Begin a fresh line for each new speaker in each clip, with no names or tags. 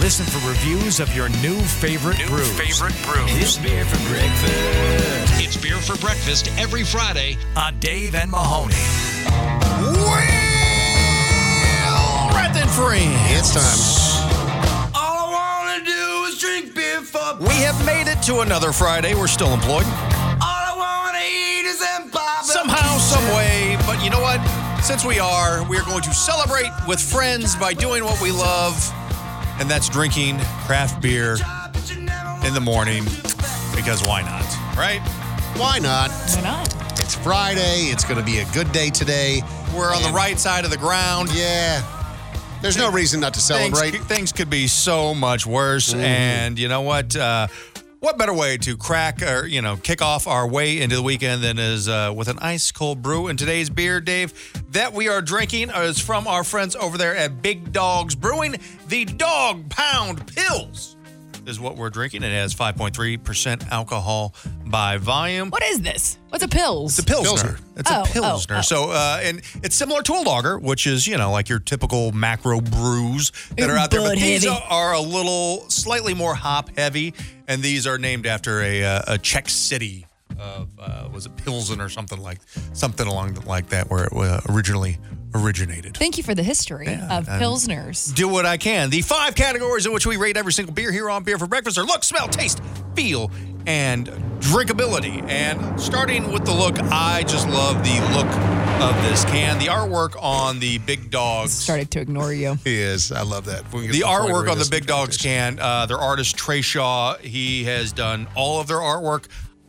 Listen for reviews of your new favorite
New
brews
favorite brew.
It's beer for breakfast.
It's beer for breakfast every Friday.
on Dave and Mahoney.
Well, right then, friends.
It's time.
All I want to do is drink beer for. We have made it to another Friday. We're still employed.
All I want to eat is empanadas.
Somehow, some way. But you know what? Since we are, we are going to celebrate with friends by doing what we love, and that's drinking craft beer in the morning. Because why not? Right?
Why not?
Why not?
It's Friday. It's going to be a good day today.
We're on the
And-
right side of the ground.
Yeah. There's no reason not to
things,
celebrate.
things could be so much worse. And you know what? Uh, what better way to crack or you know kick off our way into the weekend than is uh, with an ice cold brew? And today's beer, Dave, that we are drinking is from our friends over there at Big Dogs Brewing. The Dog Pound Pills is what we're drinking. It has 5.3% alcohol by volume.
What is this? What's a pills?
It's a pilsner.
Pilsner.
It's
Oh,
a
oh,
pilsner.
oh.
So, uh, and it's similar to a lager, which is you know like your typical macro brews that are out there. But
Blood
these
heavy.
are a little slightly more hop heavy, and these are named after a uh, a Czech city. Of, uh, was it Pilsen or something like something along the, like that where it uh, originally originated?
Thank you for the history of pilsners.
do what I can. The five categories in which we rate every single beer here on Beer for Breakfast are look, smell, taste, feel, and drinkability. And starting with the look, I just love the look of this can. The artwork on the Big Dogs.
Started to ignore you.
He is. I love that. We can get
The
to point where
artwork on
it
the
is
Big Dogs can, uh, their artist Trey Shaw, he has done all of their artwork.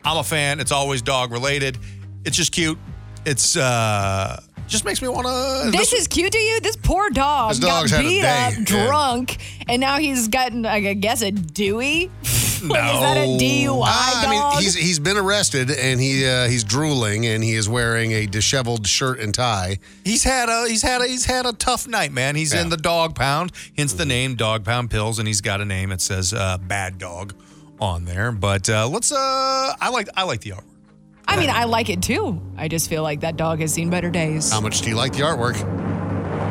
I'm a fan. It's always dog related. It's just cute. It's uh, just makes me want to.
This is cute to you. This poor dog
This
got
dog's had a
beat
day,
up,
yeah.
drunk, and now he's gotten, I guess, a Dewey. No. is that a DUI
Ah, I
dog?
mean, he's he's been arrested and he uh, he's drooling and he is wearing a disheveled shirt and tie.
He's had a he's had a he's had a tough night, man. He's in the dog pound, hence
Mm-hmm.
the name Dog Pound Pills, and he's got a name that says uh, Bad Dog on there. But uh, let's uh, I like I like the artwork.
I mean, I like it too. I just feel like that dog has seen better days.
How much do you like the artwork?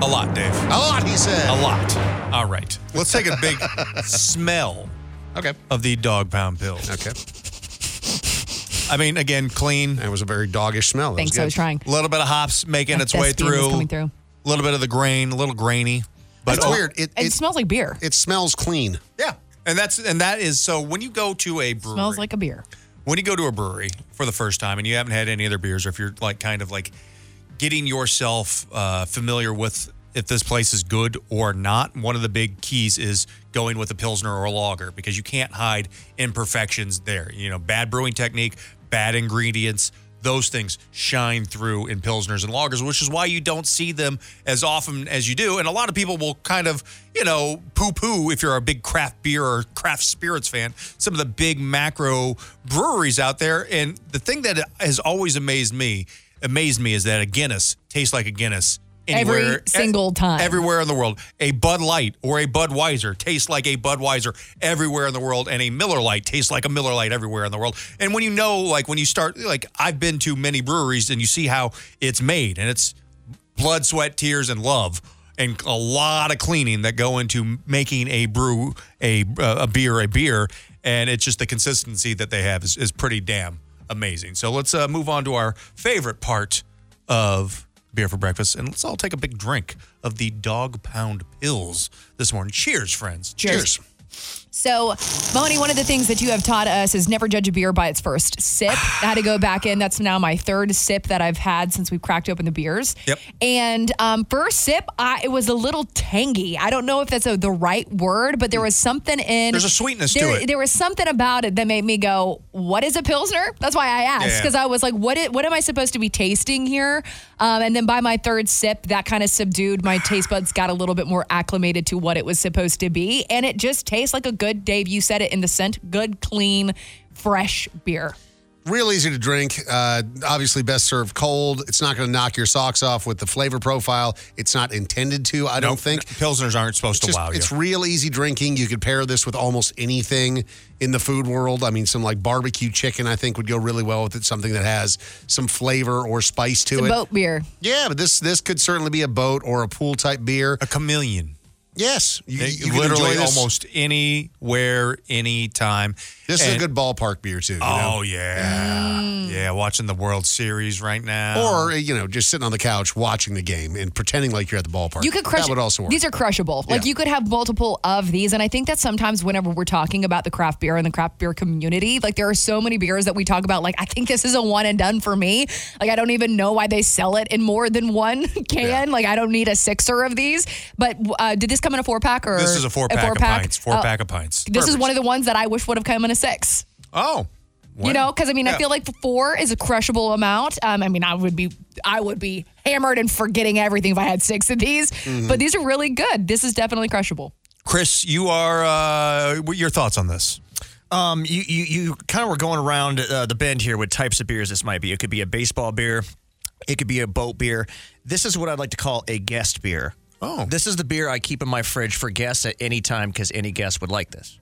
A lot, Dave.
A lot, he
A
said.
lot. All right, let's take a big smell
Okay.
of the Dog Pound Pills.
Okay.
I mean, again, clean.
That was a very doggish smell. That
Thanks,
good.
I was trying.
A little bit of hops making its
That
way
thespian was
through.
coming through.
A little bit of the grain, a little grainy. But
It's
oh,
weird. It
It,
it,
smells like beer.
it smells clean.
Yeah, and that's and that is so when you go to a brewery.
smells like a beer.
when you go to a brewery for the first time and you haven't had any other beers, or if you're like kind of like getting yourself uh, familiar with if this place is good or not, one of the big keys is going with a pilsner or a lager because you can't hide imperfections there. You know, bad brewing technique, bad ingredients. Those things shine through in pilsners and lagers, which is why you don't see them as often as you do. And a lot of people will kind of, you know, poo-poo if you're a big craft beer or craft spirits fan. Some of the big macro breweries out there, and the thing that has always amazed me, amazed me, is that a Guinness tastes like a Guinness
Every
anywhere, e-
single time.
everywhere in the world. A Bud Light or a Budweiser tastes like a Budweiser everywhere in the world, and a Miller Light tastes like a Miller Light everywhere in the world. And when you know, like when you start, like I've been to many breweries, and you see how it's made, and it's blood, sweat, tears, and love, and a lot of cleaning that go into making a brew, a a beer, a beer, and it's just the consistency that they have is, is pretty damn amazing. So let's uh, move on to our favorite part of beer for breakfast, and let's all take a big drink of the Dog Pound Pills this morning. Cheers, friends! Cheers.
So, Mahoney, one of the things that you have taught us is never judge a beer by its first sip. I had to go back in. That's now my third sip that I've had since we've cracked open the beers.
Yep.
And um, first sip, I, it was a little tangy. I don't know if that's a, the right word, but there was something in.
Mm. There's a sweetness to
there,
it.
There was something about it that made me go, "What is a pilsner?" That's why I asked
Yeah.
because I was like, "What? i- what am I supposed to be tasting here?" Um, and then by my third sip, that kind of subdued my taste buds. Got a little bit more acclimated to what it was supposed to be, and it just tastes like a good Dave. You said it in the scent, good, clean, fresh beer.
Real easy to drink. Uh, obviously, best served cold. It's not going to knock your socks off with the flavor profile. It's not intended to, I don't think.
Pilsners aren't supposed to
Just-
wow you.
It's real easy drinking. You could pair this with almost anything in the food world. I mean, some like barbecue chicken, I think, would go really well with it. Something that has some flavor or spice to
It's a
it.
boat beer.
Yeah, but this this could certainly be a boat or a pool type beer.
a chameleon.
Yes, you,
They-
you can
literally
enjoy this.
almost anywhere, anytime.
This is a
And-
good ballpark beer too. you know?
Oh yeah, yeah. Watching the World Series right now,
Or you know, just sitting on the couch watching the game and pretending like you're at the ballpark.
You could crush.
that would also work.
These are crushable. Like
Yeah.
you could have multiple of these, and I think that sometimes whenever we're talking about the craft beer and the craft beer community, like there are so many beers that we talk about. Like I think this is a one and done for me. Like I don't even know why they sell it in more than one can. Like I don't need a sixer of these. But uh, did this come in a four pack or
this is a four pack of
four-pack?
pints. Four
Oh,
pack of pints.
This is one of the ones that I wish would have come in a six.
Oh,
You know, because I mean, I
Yeah.
feel like four is a crushable amount. Um, I mean, I would be, I would be hammered and forgetting everything if I had six of these.
Mm-hmm.
But these are really good. This is definitely crushable.
Chris, you are. Uh, what are your thoughts on this?
Um, you you, you kind of were going around uh, the bend here with types of beers. This might be. It could be a baseball beer. It could be a boat beer. This is what I'd like to call a guest beer.
Oh.
this is the beer I keep in my fridge for guests at any time because any guest would like this.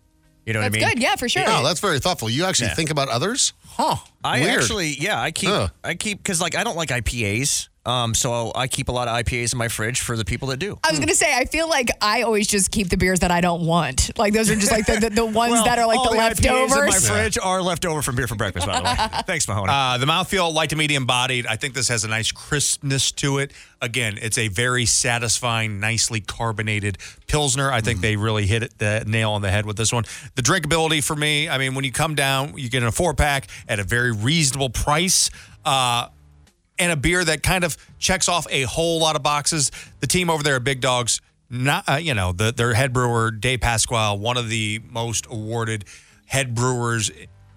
You know
That's
what I mean?
good. Yeah, for sure.
Oh, that's very thoughtful. You actually
Yeah.
think about others? Huh.
I
Weird.
actually, yeah, I keep,
Huh.
I keep, because like I don't like IPAs, um, so I keep a lot of IPAs in my fridge for the people that do.
I was gonna say, I feel like I always just keep the beers that I don't want. Like those are just like the, the, the ones that are like
all
the,
IPAs in my
leftovers.
fridge are leftover from beer for breakfast. By the way, thanks, Mahoney.
Uh, the mouthfeel, light to medium bodied. I think this has a nice crispness to it. Again, it's a very satisfying, nicely carbonated Pilsner. I think they really hit it, the nail on the head with this one. The drinkability for me, I mean, when you come down, you get in a four pack at a very reasonable price. Uh, and a beer that kind of checks off a whole lot of boxes. The team over there, at Big Dogs, not uh, you know the, their head brewer Dave Pasquale, one of the most awarded head brewers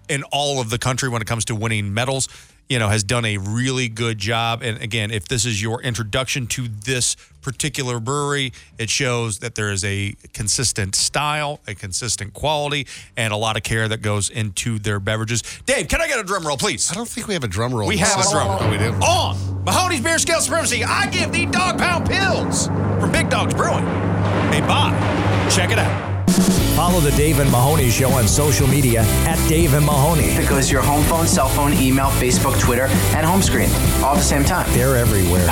in all of the country when it comes to winning medals. You know, has done a really good job. And again, if this is your introduction to this particular brewery, it shows that there is a consistent style, a consistent quality, and a lot of care that goes into their beverages. Dave, can I get a drum roll, please?
I don't think we have a drum roll.
We
in the
have a
system.
drum roll.
Oh, we do.
On Mahoney's Beer Scale Supremacy, I give the dog pound pills from Big Dogs Brewing. Hey, Bob, check it out.
Follow the Dave and Mahoney Show on social media at Dave and Mahoney.
because your home phone, cell phone, email, Facebook, Twitter, and home screen all at the same time.
They're everywhere.